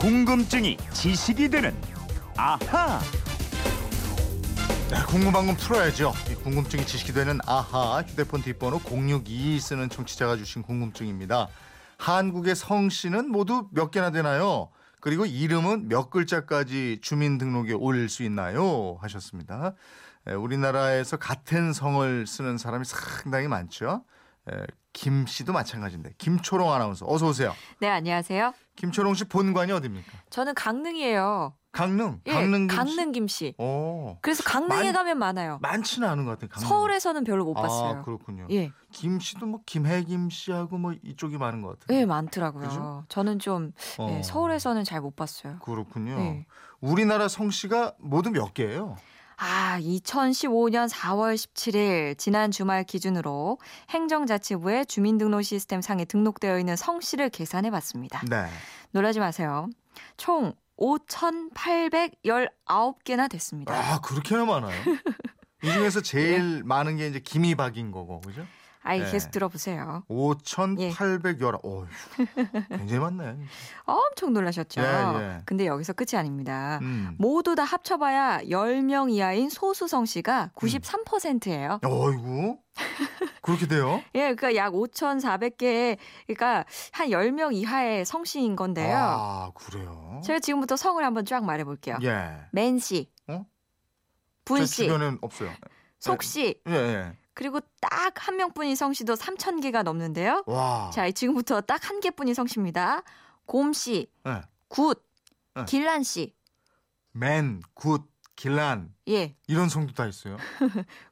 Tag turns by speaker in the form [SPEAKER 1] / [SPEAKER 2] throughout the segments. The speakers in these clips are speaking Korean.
[SPEAKER 1] 궁금증이 지식이 되는 아하
[SPEAKER 2] 네, 궁금한 건 풀어야죠. 이 궁금증이 지식이 되는 아하 휴대폰 뒷번호 0622 쓰는 청취자가 주신 궁금증입니다. 한국의 성씨는 모두 몇 개나 되나요? 그리고 이름은 몇 글자까지 주민등록에 올릴 수 있나요? 하셨습니다. 예, 우리나라에서 같은 성을 쓰는 사람이 상당히 많죠. 예, 김 씨도 마찬가지인데 김초롱 아나운서 어서 오세요.
[SPEAKER 3] 네, 안녕하세요.
[SPEAKER 2] 김초롱 씨 본관이 어디입니까?
[SPEAKER 3] 저는 강릉이에요.
[SPEAKER 2] 강릉.
[SPEAKER 3] 예,
[SPEAKER 2] 강릉 김 씨.
[SPEAKER 3] 강릉 김씨.
[SPEAKER 2] 오,
[SPEAKER 3] 그래서 강릉에
[SPEAKER 2] 많-
[SPEAKER 3] 가면 많아요.
[SPEAKER 2] 많지는 않은 것 같아요. 강릉.
[SPEAKER 3] 서울에서는 별로 못 봤어요.
[SPEAKER 2] 아 그렇군요.
[SPEAKER 3] 예,
[SPEAKER 2] 김 씨도 뭐 김해김 씨하고 뭐 이쪽이 많은 것 같아요.
[SPEAKER 3] 예, 많더라고요.
[SPEAKER 2] 음. 그죠?
[SPEAKER 3] 저는 좀
[SPEAKER 2] 어,
[SPEAKER 3] 예, 서울에서는 잘 못 봤어요.
[SPEAKER 2] 그렇군요.
[SPEAKER 3] 예.
[SPEAKER 2] 우리나라 성씨가 모두 몇 개예요?
[SPEAKER 3] 아, 2015년 4월 17일 지난 주말 기준으로 행정자치부의 주민등록 시스템 상에 등록되어 있는 성씨를 계산해 봤습니다.
[SPEAKER 2] 네.
[SPEAKER 3] 놀라지 마세요. 총 5,819개나 됐습니다.
[SPEAKER 2] 아 그렇게나 많아요. 이 중에서 제일
[SPEAKER 3] 네.
[SPEAKER 2] 많은 게 이제 김이박인 거고,
[SPEAKER 3] 예.
[SPEAKER 2] 그죠?
[SPEAKER 3] 아이
[SPEAKER 2] 네.
[SPEAKER 3] 계속 들어보세요.
[SPEAKER 2] 5,811. 어, 굉장히 많네.
[SPEAKER 3] 엄청 놀라셨죠?
[SPEAKER 2] 예, 예.
[SPEAKER 3] 근데 여기서 끝이 아닙니다.
[SPEAKER 2] 음.
[SPEAKER 3] 모두 다 합쳐봐야 10명 이하인 소수성
[SPEAKER 2] 음.
[SPEAKER 3] 씨가 93%예요.
[SPEAKER 2] 어이구. 그렇게 돼요?
[SPEAKER 3] 예, 그러니까 약 5,400개의 그러니까 한 10명 이하의 성씨인 건데요.
[SPEAKER 2] 아 그래요.
[SPEAKER 3] 제가 지금부터 성을 한번 쫙 말해 볼게요.
[SPEAKER 2] 예.
[SPEAKER 3] 맨 씨.
[SPEAKER 2] 어? 제
[SPEAKER 3] 분 씨,
[SPEAKER 2] 주변엔 없어요.
[SPEAKER 3] 속 씨,
[SPEAKER 2] 예 예.
[SPEAKER 3] 그리고 딱 한 명뿐인 성씨도 3,000개가 넘는데요.
[SPEAKER 2] 와.
[SPEAKER 3] 자, 지금부터 딱 한 개뿐인 성씨입니다. 곰 씨,
[SPEAKER 2] 예.
[SPEAKER 3] 굿,
[SPEAKER 2] 예.
[SPEAKER 3] 길란 씨.
[SPEAKER 2] 맨, 굿, 길란
[SPEAKER 3] 예,
[SPEAKER 2] 이런 성도 다 있어요.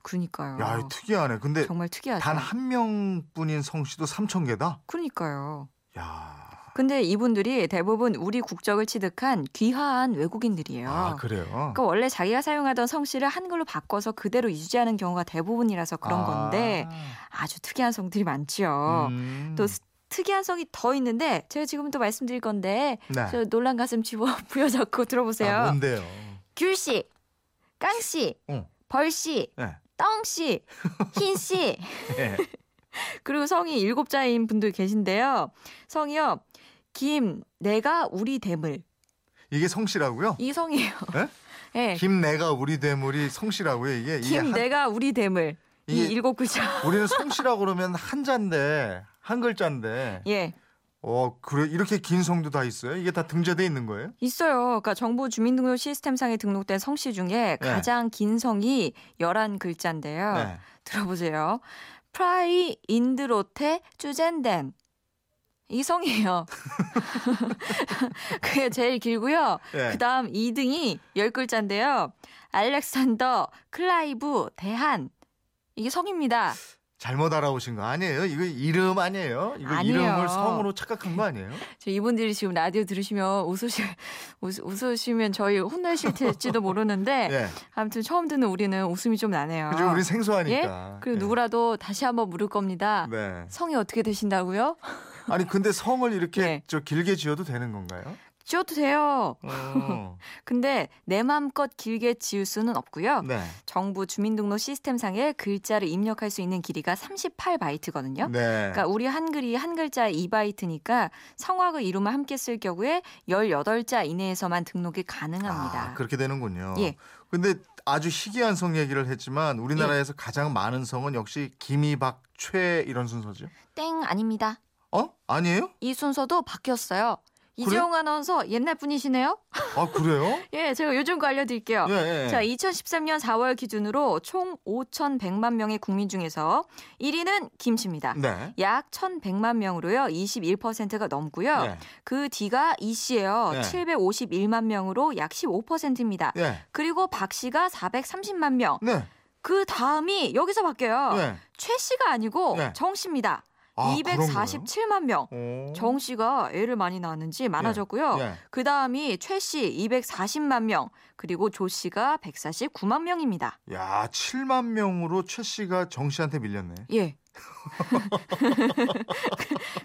[SPEAKER 3] 그러니까요.
[SPEAKER 2] 야, 이거 특이하네. 근데
[SPEAKER 3] 정말 특이하죠.
[SPEAKER 2] 그 단 한 명뿐인 성씨도 3천 개다.
[SPEAKER 3] 그러니까요.
[SPEAKER 2] 야.
[SPEAKER 3] 근데 이분들이 대부분 우리 국적을 취득한 귀화한 외국인들이에요.
[SPEAKER 2] 아, 그래요.
[SPEAKER 3] 그러니까 원래 자기가 사용하던 성씨를 한글로 바꿔서 그대로 유지하는 경우가 대부분이라서 그런
[SPEAKER 2] 아.
[SPEAKER 3] 건데 아주 특이한 성들이 많지요.
[SPEAKER 2] 음.
[SPEAKER 3] 또 스- 특이한 성이 더 있는데 제가 지금 또 말씀드릴 건데
[SPEAKER 2] 네.
[SPEAKER 3] 저 놀란 가슴 집어 부여잡고 들어보세요.
[SPEAKER 2] 아, 뭔데요?
[SPEAKER 3] 귤씨, 깡씨,
[SPEAKER 2] 어.
[SPEAKER 3] 벌씨,
[SPEAKER 2] 네.
[SPEAKER 3] 떵씨, 흰씨
[SPEAKER 2] 예.
[SPEAKER 3] 그리고 성이 일곱 자인 분들 계신데요. 성이요. 김, 내가 우리 대물.
[SPEAKER 2] 이게 성씨라고요?
[SPEAKER 3] 이 성이에요.
[SPEAKER 2] 예?
[SPEAKER 3] 예.
[SPEAKER 2] 김 내가 우리 대물이 성씨라고요. 이게 이게
[SPEAKER 3] 김,
[SPEAKER 2] 한-
[SPEAKER 3] 내가 우리 대물. 이
[SPEAKER 2] 이게-
[SPEAKER 3] 일곱 글자.
[SPEAKER 2] 우리는 성씨라고 그러면 한자인데 한 글자인데.
[SPEAKER 3] 예.
[SPEAKER 2] 어, 그래 이렇게 긴 성도 다 있어요? 이게 다 등재돼 있는 거예요?
[SPEAKER 3] 있어요. 그러니까 정부 주민등록 시스템상에 등록된 성씨 중에 가장 긴 성이 11글자인데요.
[SPEAKER 2] 예. 네.
[SPEAKER 3] 들어보세요. 프라이 인드로테 쭈젠덴. 이 성이에요. 그게 제일 길고요.
[SPEAKER 2] 예.
[SPEAKER 3] 그 다음 2등이 10글자인데요. 알렉산더, 클라이브, 대한. 이게 성입니다.
[SPEAKER 2] 잘못 알아오신 거 아니에요? 이거 이름 아니에요? 이거
[SPEAKER 3] 아니에요.
[SPEAKER 2] 이름을 성으로 착각한 거 아니에요?
[SPEAKER 3] 저 이분들이 지금 라디오 들으시면 웃으시, 웃, 웃으시면 저희 혼내실 지도 모르는데
[SPEAKER 2] 예.
[SPEAKER 3] 아무튼 처음 듣는 우리는 웃음이 좀 나네요.
[SPEAKER 2] 그죠? 우리 생소하니까.
[SPEAKER 3] 아. 그리고
[SPEAKER 2] 예.
[SPEAKER 3] 누구라도 다시 한번 물을 겁니다.
[SPEAKER 2] 네.
[SPEAKER 3] 성이 어떻게 되신다고요?
[SPEAKER 2] 아니 근데 성을 이렇게
[SPEAKER 3] 네.
[SPEAKER 2] 저 길게 지어도 되는 건가요?
[SPEAKER 3] 지어도 돼요.
[SPEAKER 2] 어.
[SPEAKER 3] 근데 내 맘껏 길게 지을 수는 없고요.
[SPEAKER 2] 네.
[SPEAKER 3] 정부 주민등록 시스템상에 글자를 입력할 수 있는 길이가 38바이트거든요.
[SPEAKER 2] 네.
[SPEAKER 3] 그러니까 우리 한글이 한 글자 2바이트니까 성악의 이름을 함께 쓸 경우에 18자 이내에서만 등록이 가능합니다.
[SPEAKER 2] 아, 그렇게 되는군요.
[SPEAKER 3] 예.
[SPEAKER 2] 근데 아주 희귀한 성 얘기를 했지만
[SPEAKER 3] 예.
[SPEAKER 2] 우리나라에서 가장 많은 성은 역시 김이박 최 이런 순서죠.
[SPEAKER 3] 땡 아닙니다.
[SPEAKER 2] 어? 아니에요?
[SPEAKER 3] 이 순서도 바뀌었어요. 이재용 아나운서 옛날 분이시네요?
[SPEAKER 2] 아 그래요?
[SPEAKER 3] 예, 제가 요즘 거 알려드릴게요.
[SPEAKER 2] 예, 예.
[SPEAKER 3] 자, 2013년 4월 기준으로 총 5,100만 명의 국민 중에서 1위는 김씨입니다.
[SPEAKER 2] 네.
[SPEAKER 3] 약 1,100만 명으로요. 21%가 넘고요.
[SPEAKER 2] 예.
[SPEAKER 3] 그 뒤가 이 씨예요.
[SPEAKER 2] 네.
[SPEAKER 3] 751만 명으로 약 15%입니다.
[SPEAKER 2] 예.
[SPEAKER 3] 그리고 박 씨가 430만 명.
[SPEAKER 2] 네.
[SPEAKER 3] 그 다음이 여기서 바뀌어요.
[SPEAKER 2] 예.
[SPEAKER 3] 최 씨가 아니고
[SPEAKER 2] 네.
[SPEAKER 3] 정 씨입니다.
[SPEAKER 2] 아,
[SPEAKER 3] 247만 명.
[SPEAKER 2] 그런가요? 오.
[SPEAKER 3] 정 씨가 애를 많이 낳았는지 많아졌고요.
[SPEAKER 2] 예.
[SPEAKER 3] 그 다음이 최 씨 240만 명, 그리고 조 씨가 149만 명입니다.
[SPEAKER 2] 야, 7만 명으로 최 씨가 정 씨한테 밀렸네.
[SPEAKER 3] 예.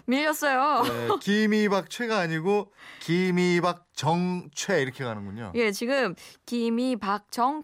[SPEAKER 3] 밀렸어요.
[SPEAKER 2] 네, 김이박 최가 아니고 김이박 정최 이렇게 가는군요.
[SPEAKER 3] 예, 지금 김이 박정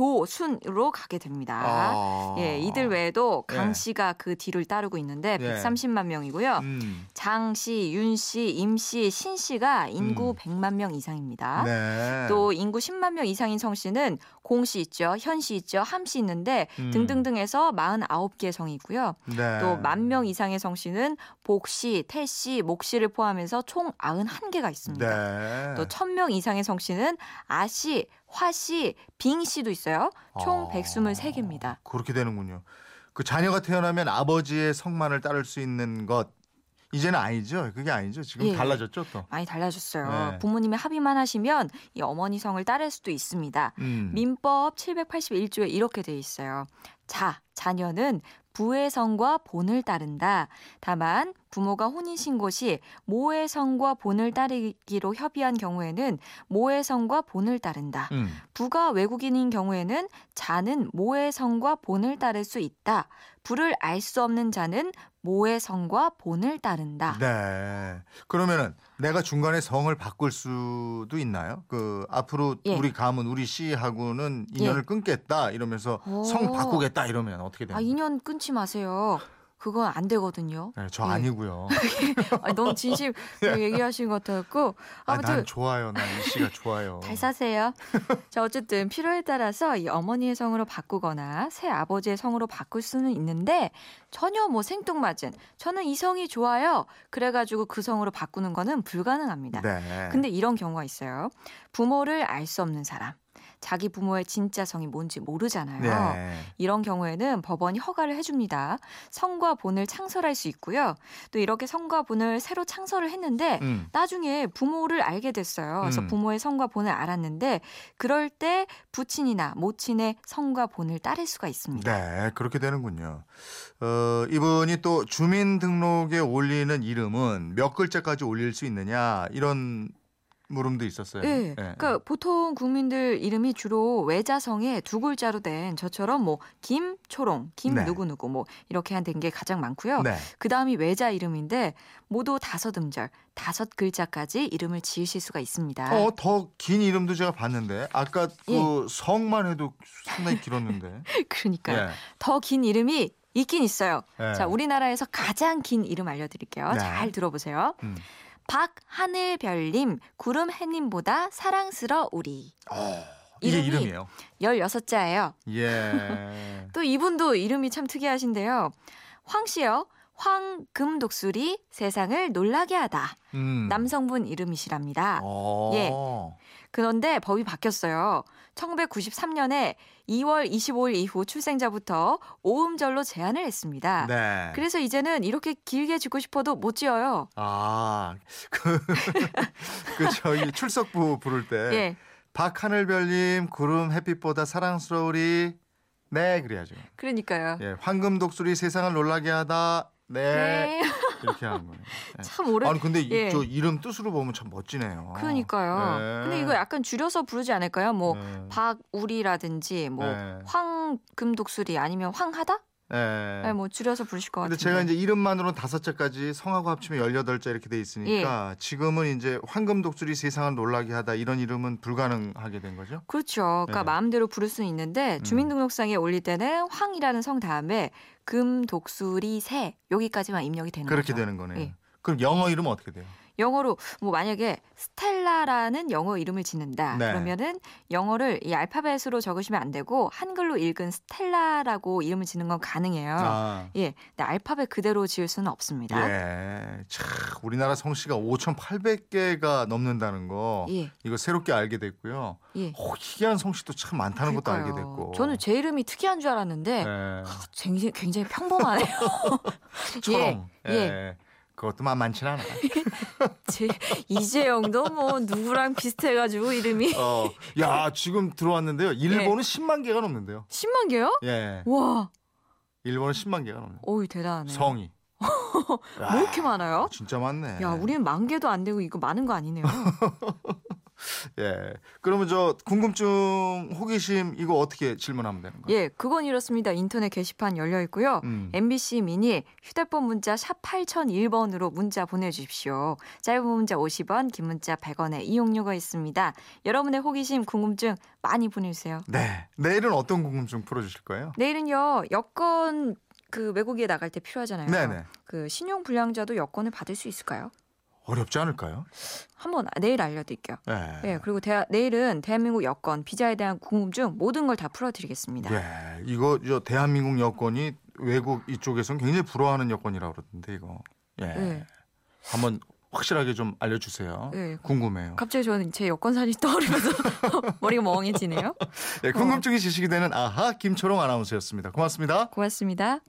[SPEAKER 3] 최조순으로 가게 됩니다.
[SPEAKER 2] 아.
[SPEAKER 3] 예, 이들 외에도 강
[SPEAKER 2] 예.
[SPEAKER 3] 씨가 그 뒤를 따르고 있는데
[SPEAKER 2] 예.
[SPEAKER 3] 130만 명이고요.
[SPEAKER 2] 음.
[SPEAKER 3] 장 씨, 윤 씨, 임 씨, 신 씨가 인구
[SPEAKER 2] 음.
[SPEAKER 3] 100만 명 이상입니다.
[SPEAKER 2] 네.
[SPEAKER 3] 또 인구 10만 명 이상인 성씨는 공씨 있죠, 현씨 있죠, 함씨 있는데
[SPEAKER 2] 음.
[SPEAKER 3] 등등등해서 49개 성이 있고요.
[SPEAKER 2] 네.
[SPEAKER 3] 또 만 명 이상의 성씨는 복씨, 태씨, 목씨를 포함해서 총 91개가 있습니다.
[SPEAKER 2] 네.
[SPEAKER 3] 또 1000명 이상의 성씨는 아씨, 화씨, 빙씨도 있어요. 총
[SPEAKER 2] 아,
[SPEAKER 3] 123개입니다.
[SPEAKER 2] 그렇게 되는군요. 그 자녀가 태어나면 아버지의 성만을 따를 수 있는 것 이제는 아니죠. 그게 아니죠. 지금
[SPEAKER 3] 예.
[SPEAKER 2] 달라졌죠 또.
[SPEAKER 3] 많이 달라졌어요.
[SPEAKER 2] 네.
[SPEAKER 3] 부모님의 합의만 하시면 이 어머니 성을 따를 수도 있습니다.
[SPEAKER 2] 음.
[SPEAKER 3] 민법 781조에 이렇게 돼 있어요. 자, 자녀는 부의 성과 본을 따른다. 다만 부모가 혼인 신고 시 모의 성과 본을 따르기로 협의한 경우에는 모의 성과 본을 따른다.
[SPEAKER 2] 음.
[SPEAKER 3] 부가 외국인인 경우에는 자는 모의 성과 본을 따를 수 있다. 부를 알 수 없는 자는 모의 성과 본을 따른다.
[SPEAKER 2] 네. 그러면은 내가 중간에 성을 바꿀 수도 있나요? 그 앞으로
[SPEAKER 3] 예.
[SPEAKER 2] 우리 가문 우리 씨하고는 인연을 끊겠다 이러면서
[SPEAKER 3] 오.
[SPEAKER 2] 성 바꾸겠다 이러면 어떻게 되나요?
[SPEAKER 3] 아, 인연 끊지 마세요. 그건 안 되거든요.
[SPEAKER 2] 네, 저
[SPEAKER 3] 예.
[SPEAKER 2] 아니고요.
[SPEAKER 3] 아니, 너무 진심 얘기하신 것 같았고
[SPEAKER 2] 아, 난
[SPEAKER 3] 아무튼
[SPEAKER 2] 좋아요. 난 이 씨가 좋아요.
[SPEAKER 3] 잘 사세요. 자 어쨌든 필요에 따라서 이 어머니의 성으로 바꾸거나 새 아버지의 성으로 바꿀 수는 있는데 전혀 뭐 생뚱맞은 저는 이 성이 좋아요. 그래가지고 그 성으로 바꾸는 거는 불가능합니다.
[SPEAKER 2] 네.
[SPEAKER 3] 근데 이런 경우가 있어요. 부모를 알 수 없는 사람. 자기 부모의 진짜 성이 뭔지 모르잖아요.
[SPEAKER 2] 네.
[SPEAKER 3] 이런 경우에는 법원이 허가를 해줍니다. 성과 본을 창설할 수 있고요. 또 이렇게 성과 본을 새로 창설을 했는데
[SPEAKER 2] 음.
[SPEAKER 3] 나중에 부모를 알게 됐어요. 그래서
[SPEAKER 2] 음.
[SPEAKER 3] 부모의 성과 본을 알았는데 그럴 때 부친이나 모친의 성과 본을 따를 수가 있습니다.
[SPEAKER 2] 네, 그렇게 되는군요. 어, 이분이 또 주민등록에 올리는 이름은 몇 글자까지 올릴 수 있느냐 이런 물음도 있었어요.
[SPEAKER 3] 예.
[SPEAKER 2] 예.
[SPEAKER 3] 그러니까 보통 국민들 이름이 주로 외자성에 두 글자로 된 저처럼 뭐 김초롱, 김
[SPEAKER 2] 네.
[SPEAKER 3] 누구누구 뭐 이렇게 한 된 게 가장 많고요.
[SPEAKER 2] 네.
[SPEAKER 3] 그다음이 외자 이름인데 모두 다섯 음절, 다섯 글자까지 이름을 지으실 수가 있습니다.
[SPEAKER 2] 어, 더 긴 이름도 제가 봤는데 아까
[SPEAKER 3] 예.
[SPEAKER 2] 그 성만 해도 상당히 길었는데.
[SPEAKER 3] 그러니까요.
[SPEAKER 2] 네.
[SPEAKER 3] 더 긴 이름이 있긴 있어요.
[SPEAKER 2] 예.
[SPEAKER 3] 자, 우리나라에서 가장 긴 이름 알려드릴게요.
[SPEAKER 2] 네.
[SPEAKER 3] 잘 들어보세요.
[SPEAKER 2] 음.
[SPEAKER 3] 박하늘별님, 구름해님보다 사랑스러 우리.
[SPEAKER 2] 어, 이게
[SPEAKER 3] 이름이-
[SPEAKER 2] 이름이에요.
[SPEAKER 3] 16자예요.
[SPEAKER 2] 예.
[SPEAKER 3] 또 이분도 이름이 참 특이하신데요. 황씨요. 황금독수리 세상을 놀라게 하다.
[SPEAKER 2] 음.
[SPEAKER 3] 남성분 이름이시랍니다.
[SPEAKER 2] 어.
[SPEAKER 3] 예. 그런데 법이 바뀌었어요. 1993년에 2월 25일 이후 출생자부터 오음절로 제한을 했습니다.
[SPEAKER 2] 네.
[SPEAKER 3] 그래서 이제는 이렇게 길게 짓고 싶어도 못 지어요.
[SPEAKER 2] 아, 그, 그 저희 출석부 부를 때
[SPEAKER 3] 예.
[SPEAKER 2] 박하늘별님 구름 햇빛보다 사랑스러우리 네 그래야죠.
[SPEAKER 3] 그러니까요.
[SPEAKER 2] 예, 황금 독수리 세상을 놀라게 하다 네,
[SPEAKER 3] 네.
[SPEAKER 2] 이렇게 하는 거예요. 예.
[SPEAKER 3] 참 오래.
[SPEAKER 2] 아니 근데 이-
[SPEAKER 3] 예.
[SPEAKER 2] 저 이름 뜻으로 보면 참 멋지네요.
[SPEAKER 3] 그러니까요.
[SPEAKER 2] 네.
[SPEAKER 3] 근데 이거 약간 줄여서 부르지 않을까요? 뭐
[SPEAKER 2] 네.
[SPEAKER 3] 박우리라든지 뭐
[SPEAKER 2] 네.
[SPEAKER 3] 황금독수리 아니면 황하다?
[SPEAKER 2] 예.
[SPEAKER 3] 네. 뭐 줄여서 부르실 것
[SPEAKER 2] 근데
[SPEAKER 3] 같은데.
[SPEAKER 2] 제가 이제 이름만으로는 다섯 자까지 성하고 합치면 열여덟 자 이렇게 돼 있으니까
[SPEAKER 3] 예.
[SPEAKER 2] 지금은 이제 황금 독수리 세상을 놀라게 하다 이런 이름은 불가능하게 된 거죠.
[SPEAKER 3] 그렇죠. 그러니까
[SPEAKER 2] 네.
[SPEAKER 3] 마음대로 부를 수는 있는데
[SPEAKER 2] 음.
[SPEAKER 3] 주민등록상에 올릴 때는 황이라는 성 다음에 금독수리 새 여기까지만 입력이 되는
[SPEAKER 2] 그렇게
[SPEAKER 3] 거죠.
[SPEAKER 2] 되는 거네요.
[SPEAKER 3] 예.
[SPEAKER 2] 그럼 영어 이름은 어떻게 돼요?
[SPEAKER 3] 영어로 뭐 만약에 스텔라라는 영어 이름을 짓는다.
[SPEAKER 2] 네.
[SPEAKER 3] 그러면은 영어를 이 알파벳으로 적으시면 안 되고 한글로 읽은 스텔라라고 이름을 짓는 건 가능해요.
[SPEAKER 2] 아.
[SPEAKER 3] 예, 근데 알파벳 그대로 지을 수는 없습니다.
[SPEAKER 2] 예. 참 우리나라 성씨가 5,800개가 넘는다는 거
[SPEAKER 3] 예,
[SPEAKER 2] 이거 새롭게 알게 됐고요.
[SPEAKER 3] 예.
[SPEAKER 2] 오, 희귀한 성씨도 참 많다는 것도 알게
[SPEAKER 3] 그러니까요.
[SPEAKER 2] 됐고.
[SPEAKER 3] 저는 제 아, 이름이 특이한 줄 알았는데
[SPEAKER 2] 예.
[SPEAKER 3] 굉장히, 굉장히 평범하네요.
[SPEAKER 2] 초롱.
[SPEAKER 3] 예,
[SPEAKER 2] 예. 그것도 만만치 않아.
[SPEAKER 3] 제 이재영도 뭐 누구랑 비슷해가지고 이름이
[SPEAKER 2] 어. 야, 지금 들어왔는데요.
[SPEAKER 3] 네.
[SPEAKER 2] 일본은 10만 개가 넘는데요.
[SPEAKER 3] 10만 개요?
[SPEAKER 2] 예.
[SPEAKER 3] 와,
[SPEAKER 2] 일본은 10만 개가 넘는.
[SPEAKER 3] 어이 아, 대단하네.
[SPEAKER 2] 성이.
[SPEAKER 3] 뭐 이렇게 많아요?
[SPEAKER 2] 진짜 많네.
[SPEAKER 3] 야, 우리는 만 개도 안 되고 이거 많은 거 아니네요.
[SPEAKER 2] 예. 그러면 저 궁금증, 호기심 이거 어떻게 질문하면 되는 거예요?
[SPEAKER 3] 예, 그건 이렇습니다. 인터넷 게시판 열려 있고요.
[SPEAKER 2] 음.
[SPEAKER 3] MBC 미니 휴대폰 문자 샵 8001번으로 문자 보내주십시오. 짧은 문자 50원, 긴 문자 100원의 이용료가 있습니다. 여러분의 호기심, 궁금증 많이 보내주세요.
[SPEAKER 2] 네. 내일은 어떤 궁금증 풀어주실 거예요?
[SPEAKER 3] 내일은요, 여권 그 외국에 나갈 때 필요하잖아요.
[SPEAKER 2] 네네.
[SPEAKER 3] 그 신용 불량자도 여권을 받을 수 있을까요?
[SPEAKER 2] 어렵지 않을까요?
[SPEAKER 3] 한번 내일 알려드릴게요.
[SPEAKER 2] 예.
[SPEAKER 3] 예, 그리고 대하- 내일은 대한민국 여권, 비자에 대한 궁금증 모든 걸 다 풀어드리겠습니다.
[SPEAKER 2] 예. 이거 저 대한민국 여권이 외국 이쪽에서는 굉장히 부러워하는 여권이라고 그러던데 이거. 예.
[SPEAKER 3] 네.
[SPEAKER 2] 한번 확실하게 좀 알려주세요.
[SPEAKER 3] 네.
[SPEAKER 2] 궁금해요.
[SPEAKER 3] 갑자기 저는 제 여권 사진이 떠오르면서 머리가 멍해지네요.
[SPEAKER 2] 예, 궁금증이 지식이 되는 아하 김초롱 아나운서였습니다. 고맙습니다.
[SPEAKER 3] 고맙습니다.